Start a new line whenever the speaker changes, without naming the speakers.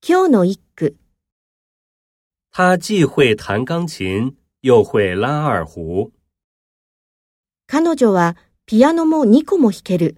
今日の一句、
他既会弹钢琴，又会拉二胡。
彼女はピアノも2個も弾ける。